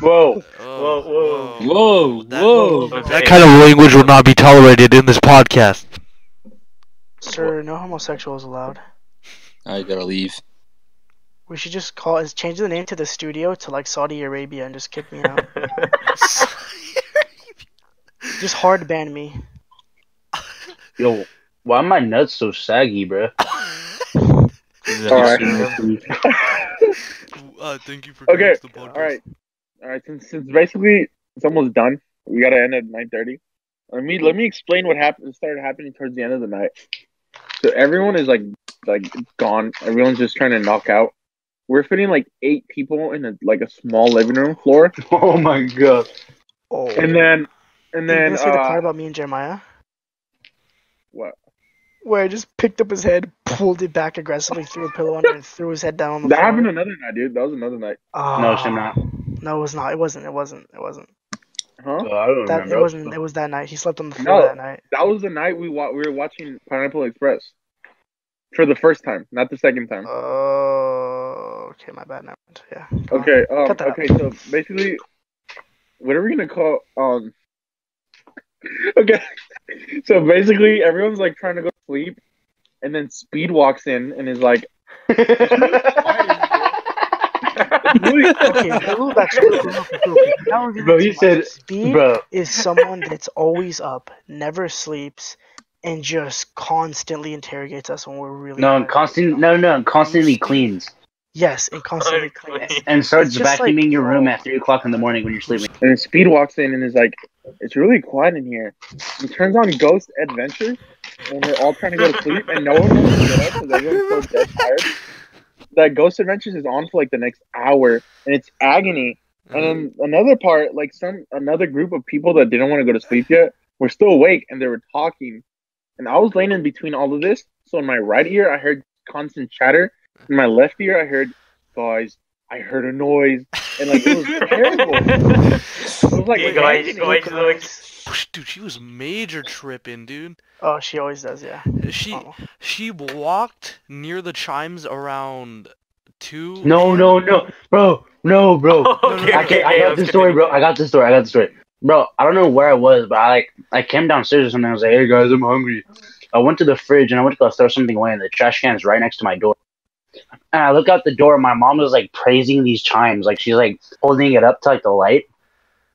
[SPEAKER 5] Bro,
[SPEAKER 1] Whoa, whoa.
[SPEAKER 3] Oh,
[SPEAKER 2] Whoa,
[SPEAKER 3] that-
[SPEAKER 2] whoa.
[SPEAKER 1] up.
[SPEAKER 3] That
[SPEAKER 1] Hey,
[SPEAKER 3] kind of language will not be tolerated in this podcast.
[SPEAKER 4] Sir, no homosexual is allowed.
[SPEAKER 2] I gotta leave.
[SPEAKER 4] We should just call and change the name to the studio to like Saudi Arabia and just kick me out. just hard ban me.
[SPEAKER 5] yo, why are my nuts so saggy, bro?
[SPEAKER 6] Alright.
[SPEAKER 3] uh, thank you for coming
[SPEAKER 6] Okay.
[SPEAKER 3] to the podcast.
[SPEAKER 6] All right. All right. Since since basically it's almost done, we gotta end at nine thirty. Let me let me explain what happened. Started happening towards the end of the night. So everyone is like like gone. Everyone's just trying to knock out. We're fitting like eight people in a like a small living room floor,
[SPEAKER 5] Oh my god.
[SPEAKER 4] Oh.
[SPEAKER 6] and then and
[SPEAKER 4] you
[SPEAKER 6] then
[SPEAKER 4] gonna say the part
[SPEAKER 6] uh,
[SPEAKER 4] about me and Jeremiah?
[SPEAKER 6] what?
[SPEAKER 4] Where I just picked up his head, pulled it back aggressively, threw a pillow under, it, and threw his head down on the
[SPEAKER 6] That
[SPEAKER 4] floor.
[SPEAKER 6] happened another night, dude. That was another night.
[SPEAKER 4] Ah.
[SPEAKER 5] No, should not.
[SPEAKER 4] No, it was not. It wasn't. It wasn't. It wasn't.
[SPEAKER 6] Huh?
[SPEAKER 5] Oh, I don't
[SPEAKER 4] That
[SPEAKER 5] remember.
[SPEAKER 4] it wasn't. It was that night. He slept on the floor
[SPEAKER 6] No.
[SPEAKER 4] that night.
[SPEAKER 6] That was the night we wa- we were watching Pineapple Express for the first time, not the second time.
[SPEAKER 4] Oh, okay, my bad. Never mind. Yeah. go on.
[SPEAKER 6] Okay. Um,
[SPEAKER 4] Cut that out.
[SPEAKER 6] okay. So basically, what are we gonna call? Um. Okay. So basically, everyone's like trying to go to sleep, and then Speed walks in and is like, "Really?"
[SPEAKER 4] Okay, Blue, that's Blue, Blue, Blue, Blue. That was even
[SPEAKER 5] Bro,
[SPEAKER 4] too
[SPEAKER 5] you
[SPEAKER 4] much.
[SPEAKER 5] said-
[SPEAKER 4] speed
[SPEAKER 5] bro,
[SPEAKER 4] is someone that's always up, never sleeps, and just constantly interrogates us when we're really
[SPEAKER 5] no,
[SPEAKER 4] tired.
[SPEAKER 5] constant, no, no, constantly cleans
[SPEAKER 4] Yes, and constantly cleans.
[SPEAKER 5] and starts
[SPEAKER 4] It's just
[SPEAKER 5] vacuuming
[SPEAKER 4] like-
[SPEAKER 5] your room at three o'clock in the morning when you're sleeping.
[SPEAKER 6] and then Speed walks in and is like, "It's really quiet in here." He turns on Ghost Adventure, and we're all trying to go to sleep, and no one wants to get up because everyone's so dead tired. That Ghost Adventures is on for like the next hour, and it's agony. And
[SPEAKER 5] um,
[SPEAKER 6] then another part, like some another group of people that didn't want to go to sleep yet were still awake and they were talking. And I was laying in between all of this, so in my right ear I heard constant chatter. In my left ear I heard guys, I heard a noise. And like it was terrible. It was like
[SPEAKER 1] Hey, guys,
[SPEAKER 6] agony.
[SPEAKER 1] guys. look.
[SPEAKER 3] Dude, she was major tripping, dude.
[SPEAKER 4] Oh, she always does, yeah.
[SPEAKER 3] She
[SPEAKER 4] Oh.
[SPEAKER 3] she walked near the chimes around two.
[SPEAKER 5] No, no, no, bro, no, bro.
[SPEAKER 1] okay,
[SPEAKER 5] I,
[SPEAKER 1] okay,
[SPEAKER 5] can, I
[SPEAKER 1] okay,
[SPEAKER 5] got
[SPEAKER 1] let's
[SPEAKER 5] the story,
[SPEAKER 1] continue.
[SPEAKER 5] bro. I got the story. I got the story, bro. I don't know where I was, but I like I came downstairs or something. I was like, "Hey guys, I'm hungry." I went to the fridge and I went to go throw something away, and the trash can is right next to my door. And I look out the door, and my mom was like praising these chimes, like she's like holding it up to like the light,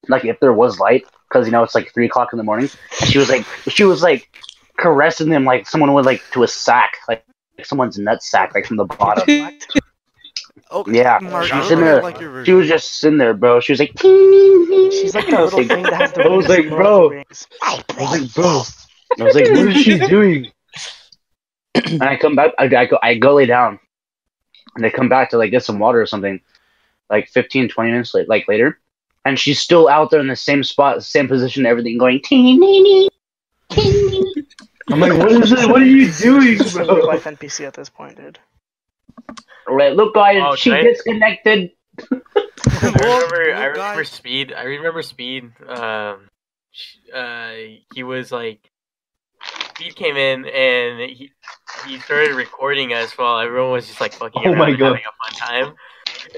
[SPEAKER 5] like if there was light, because you know it's like three o'clock in the morning. She was like, she was like caressing them like someone would like to a sack, like someone's nutsack like from the bottom.
[SPEAKER 4] What?
[SPEAKER 3] Oh,
[SPEAKER 5] Yeah,
[SPEAKER 3] Mark,
[SPEAKER 5] she
[SPEAKER 3] I
[SPEAKER 5] was
[SPEAKER 3] don't
[SPEAKER 5] in
[SPEAKER 3] really
[SPEAKER 5] a-
[SPEAKER 3] like your version.
[SPEAKER 5] She was just sitting there, bro. She was like, she's
[SPEAKER 4] She's like the little thing that has the
[SPEAKER 5] I was
[SPEAKER 4] rings
[SPEAKER 5] like,
[SPEAKER 4] and the
[SPEAKER 5] bro.
[SPEAKER 4] rings.
[SPEAKER 5] I was like, bro. I was like, what is she doing? and I come back. I, I go. I go lay down, and I come back to like get some water or something. Like 15, 20 minutes late, like later, and she's still out there in the same spot, same position, everything going. "Tee-nee-nee, tee-nee-nee." I'm like, what is this? What are you doing,
[SPEAKER 4] This is a real
[SPEAKER 5] bro?
[SPEAKER 4] life NPC at this point, dude.
[SPEAKER 5] Right, look, guys,
[SPEAKER 1] Oh,
[SPEAKER 5] she
[SPEAKER 1] can I-
[SPEAKER 5] disconnected.
[SPEAKER 1] I remember, I
[SPEAKER 3] Well, guys-
[SPEAKER 1] remember Speed. I remember Speed. Um, sh- uh, he was like, Speed came in and he he started recording us while everyone was just like fucking
[SPEAKER 5] Oh
[SPEAKER 1] around
[SPEAKER 5] my
[SPEAKER 1] and
[SPEAKER 5] God.
[SPEAKER 1] having a fun time.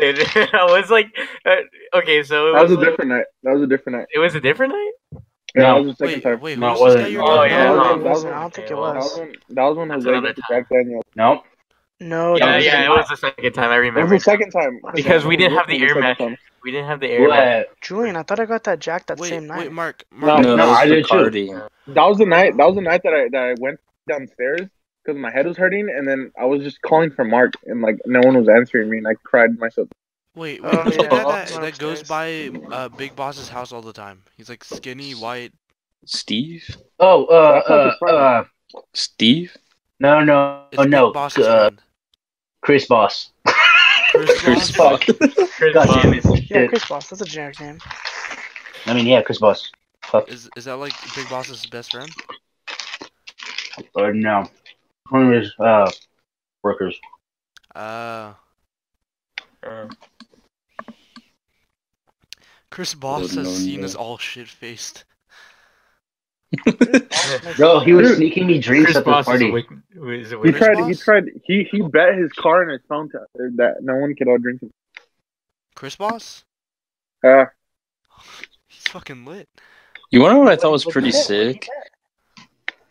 [SPEAKER 1] And I was like, uh, okay, so it
[SPEAKER 6] That
[SPEAKER 1] was,
[SPEAKER 6] was a
[SPEAKER 1] like-
[SPEAKER 6] different night. That was a different night.
[SPEAKER 1] it was a different night.
[SPEAKER 6] Yeah,
[SPEAKER 5] No.
[SPEAKER 6] that was the
[SPEAKER 3] Wait,
[SPEAKER 6] second time.
[SPEAKER 3] wait,
[SPEAKER 5] No,
[SPEAKER 3] who's
[SPEAKER 5] it
[SPEAKER 3] this guy
[SPEAKER 5] wasn't.
[SPEAKER 3] you're
[SPEAKER 1] Oh,
[SPEAKER 3] talking
[SPEAKER 1] yeah,
[SPEAKER 3] about?
[SPEAKER 1] no,
[SPEAKER 6] that was-
[SPEAKER 4] I don't think it
[SPEAKER 1] okay,
[SPEAKER 6] That
[SPEAKER 4] was.
[SPEAKER 6] was when, that was when
[SPEAKER 1] That's
[SPEAKER 6] Jose
[SPEAKER 1] another
[SPEAKER 6] got to
[SPEAKER 1] time.
[SPEAKER 6] Jack Daniel.
[SPEAKER 5] No,
[SPEAKER 4] No,
[SPEAKER 1] Yeah,
[SPEAKER 5] that was
[SPEAKER 1] yeah,
[SPEAKER 5] the-
[SPEAKER 1] it was the second time. I
[SPEAKER 6] That was
[SPEAKER 1] remember.
[SPEAKER 6] the second time.
[SPEAKER 1] Because we didn't have the
[SPEAKER 6] That was
[SPEAKER 1] air
[SPEAKER 6] second time.
[SPEAKER 1] We didn't have the air. match.
[SPEAKER 5] what?
[SPEAKER 4] Julian, I thought I got that jack that
[SPEAKER 3] Wait,
[SPEAKER 4] same night.
[SPEAKER 3] wait, Mark.
[SPEAKER 5] No,
[SPEAKER 2] No,
[SPEAKER 3] Mark
[SPEAKER 5] no,
[SPEAKER 2] that was
[SPEAKER 5] I did too.
[SPEAKER 2] Bacardi.
[SPEAKER 6] That was the night. That was the night that I that I went downstairs because my head was hurting, and then I was just calling for Mark, and like no one was answering me, and I cried myself.
[SPEAKER 3] Wait,
[SPEAKER 4] Oh,
[SPEAKER 3] wait, who's the
[SPEAKER 4] yeah.
[SPEAKER 3] guy that,
[SPEAKER 4] Upstairs.
[SPEAKER 3] that goes by uh, Big Boss's house all the time? He's like skinny, white.
[SPEAKER 2] Steve?
[SPEAKER 5] Oh,
[SPEAKER 6] That's not
[SPEAKER 5] uh,
[SPEAKER 6] his
[SPEAKER 5] uh,
[SPEAKER 6] friend.
[SPEAKER 5] uh,
[SPEAKER 2] Steve?
[SPEAKER 5] no, no,
[SPEAKER 3] It's
[SPEAKER 5] oh, no,
[SPEAKER 3] Big Boss's
[SPEAKER 5] uh,
[SPEAKER 3] friend.
[SPEAKER 5] Chris Boss.
[SPEAKER 3] Chris
[SPEAKER 5] Chris
[SPEAKER 3] Boss?
[SPEAKER 5] Fuck.
[SPEAKER 1] Chris
[SPEAKER 5] God
[SPEAKER 1] Bosh.
[SPEAKER 5] damn it.
[SPEAKER 4] yeah,
[SPEAKER 5] Shit.
[SPEAKER 4] Chris Boss. That's a generic name.
[SPEAKER 5] I mean, yeah, Chris Boss. Fuck.
[SPEAKER 3] Is, is that like Big Boss's best friend?
[SPEAKER 5] Or no. One of his uh, workers.
[SPEAKER 3] Uh,
[SPEAKER 1] Uh,
[SPEAKER 3] Chris Boss
[SPEAKER 2] Wouldn't know
[SPEAKER 3] has seen
[SPEAKER 2] either.
[SPEAKER 3] us all shit faced.
[SPEAKER 5] Bro, he was
[SPEAKER 6] Dude.
[SPEAKER 5] sneaking me drinks
[SPEAKER 1] Chris
[SPEAKER 5] at the
[SPEAKER 1] Bosh is a,
[SPEAKER 5] party.
[SPEAKER 1] wit- is a
[SPEAKER 6] He
[SPEAKER 1] witness.
[SPEAKER 6] tried. He
[SPEAKER 3] Boss?
[SPEAKER 6] tried. He he bet his car and his phone to, that no one could all drink him.
[SPEAKER 3] Chris Boss?
[SPEAKER 6] Uh,
[SPEAKER 3] He's fucking lit.
[SPEAKER 2] You wanna know what I thought was pretty sick?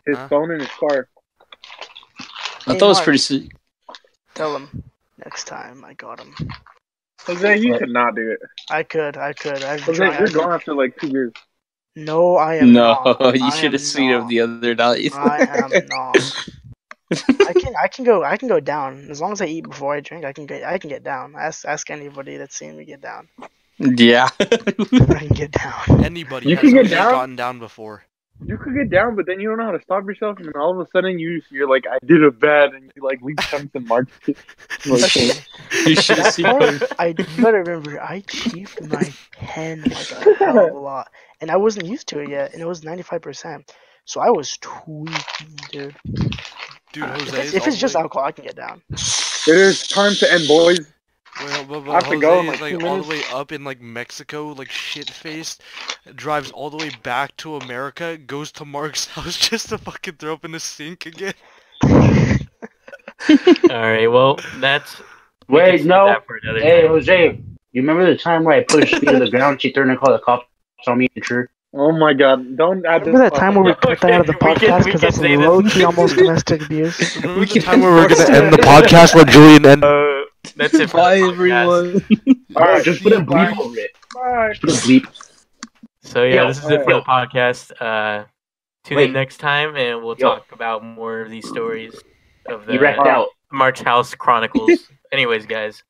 [SPEAKER 6] his
[SPEAKER 3] Huh?
[SPEAKER 6] phone and his car.
[SPEAKER 2] I
[SPEAKER 4] Hey,
[SPEAKER 2] thought it was
[SPEAKER 4] Mark.
[SPEAKER 2] pretty sick.
[SPEAKER 4] Tell him next time. I got him.
[SPEAKER 6] Jose, you could not do it.
[SPEAKER 4] I could. I could. I've
[SPEAKER 6] Jose,
[SPEAKER 4] tried-
[SPEAKER 6] you're gone after like two years.
[SPEAKER 4] No, I am
[SPEAKER 2] No,
[SPEAKER 4] not. I
[SPEAKER 2] you should
[SPEAKER 4] am
[SPEAKER 2] have seen him
[SPEAKER 4] not.
[SPEAKER 2] the other night.
[SPEAKER 4] I am not. I can I can go I can go down as long as I eat before I drink. I can get I can get down. Ask ask anybody that's seen me get down.
[SPEAKER 2] yeah.
[SPEAKER 4] I can get down.
[SPEAKER 3] Anybody
[SPEAKER 6] You
[SPEAKER 3] has
[SPEAKER 6] can get
[SPEAKER 3] ever
[SPEAKER 6] down?
[SPEAKER 3] gotten down before.
[SPEAKER 6] You could get down, but then you don't know how to stop yourself, and then all of a sudden you you're like, I did a bad, and you like leave something marked.
[SPEAKER 4] Okay.
[SPEAKER 2] you should have seen him.
[SPEAKER 4] I do gotta remember I keep my pen like a hell of a lot, and I wasn't used to it yet, and it was ninety five percent. So I was tweaking, dude.
[SPEAKER 3] Dude, Jose
[SPEAKER 4] If it's,
[SPEAKER 3] is
[SPEAKER 4] if it's
[SPEAKER 3] all
[SPEAKER 4] just
[SPEAKER 3] the way-
[SPEAKER 4] alcohol, I can get down.
[SPEAKER 6] It is time to end, boys.
[SPEAKER 3] Wait, but, but
[SPEAKER 6] I have
[SPEAKER 3] Jose
[SPEAKER 6] to go in,
[SPEAKER 3] is
[SPEAKER 6] like,
[SPEAKER 3] like
[SPEAKER 6] two
[SPEAKER 3] all the way up in like Mexico, like shit faced, drives all the way back to America, goes to Mark's house just to fucking throw up in the sink again.
[SPEAKER 1] All right, well, that's. we can
[SPEAKER 5] Wait,
[SPEAKER 1] save
[SPEAKER 5] no.
[SPEAKER 1] that for another
[SPEAKER 5] Hey,
[SPEAKER 1] time.
[SPEAKER 5] Jose, you remember the time where I pushed me to the ground? She threatened to call the cops on me. and sure.
[SPEAKER 6] Oh my god, don't add
[SPEAKER 4] Remember
[SPEAKER 6] this.
[SPEAKER 4] that time where we cut that out of the
[SPEAKER 1] We can- we
[SPEAKER 4] podcast
[SPEAKER 1] can
[SPEAKER 4] because that's
[SPEAKER 1] say this.
[SPEAKER 4] low key almost domestic abuse.
[SPEAKER 3] Remember
[SPEAKER 2] We
[SPEAKER 3] the
[SPEAKER 2] can
[SPEAKER 3] time where we were gonna
[SPEAKER 2] force
[SPEAKER 3] end the
[SPEAKER 2] it.
[SPEAKER 3] podcast? Let Julian end.
[SPEAKER 1] Uh, that's it. for
[SPEAKER 2] Bye,
[SPEAKER 1] the podcast.
[SPEAKER 2] everyone.
[SPEAKER 5] All right,
[SPEAKER 6] Alright,
[SPEAKER 5] just
[SPEAKER 6] see
[SPEAKER 5] put a
[SPEAKER 6] you,
[SPEAKER 5] bleep
[SPEAKER 6] bye.
[SPEAKER 5] over it.
[SPEAKER 6] Bye.
[SPEAKER 5] Put a bleep.
[SPEAKER 1] So yeah,
[SPEAKER 5] Yo,
[SPEAKER 1] this is it for
[SPEAKER 5] yo.
[SPEAKER 1] the podcast. Uh, tune
[SPEAKER 5] Wait.
[SPEAKER 1] in next time, and we'll
[SPEAKER 5] Yo.
[SPEAKER 1] talk about more of these stories of the
[SPEAKER 5] You wrecked out.
[SPEAKER 1] March House Chronicles. Anyways, guys.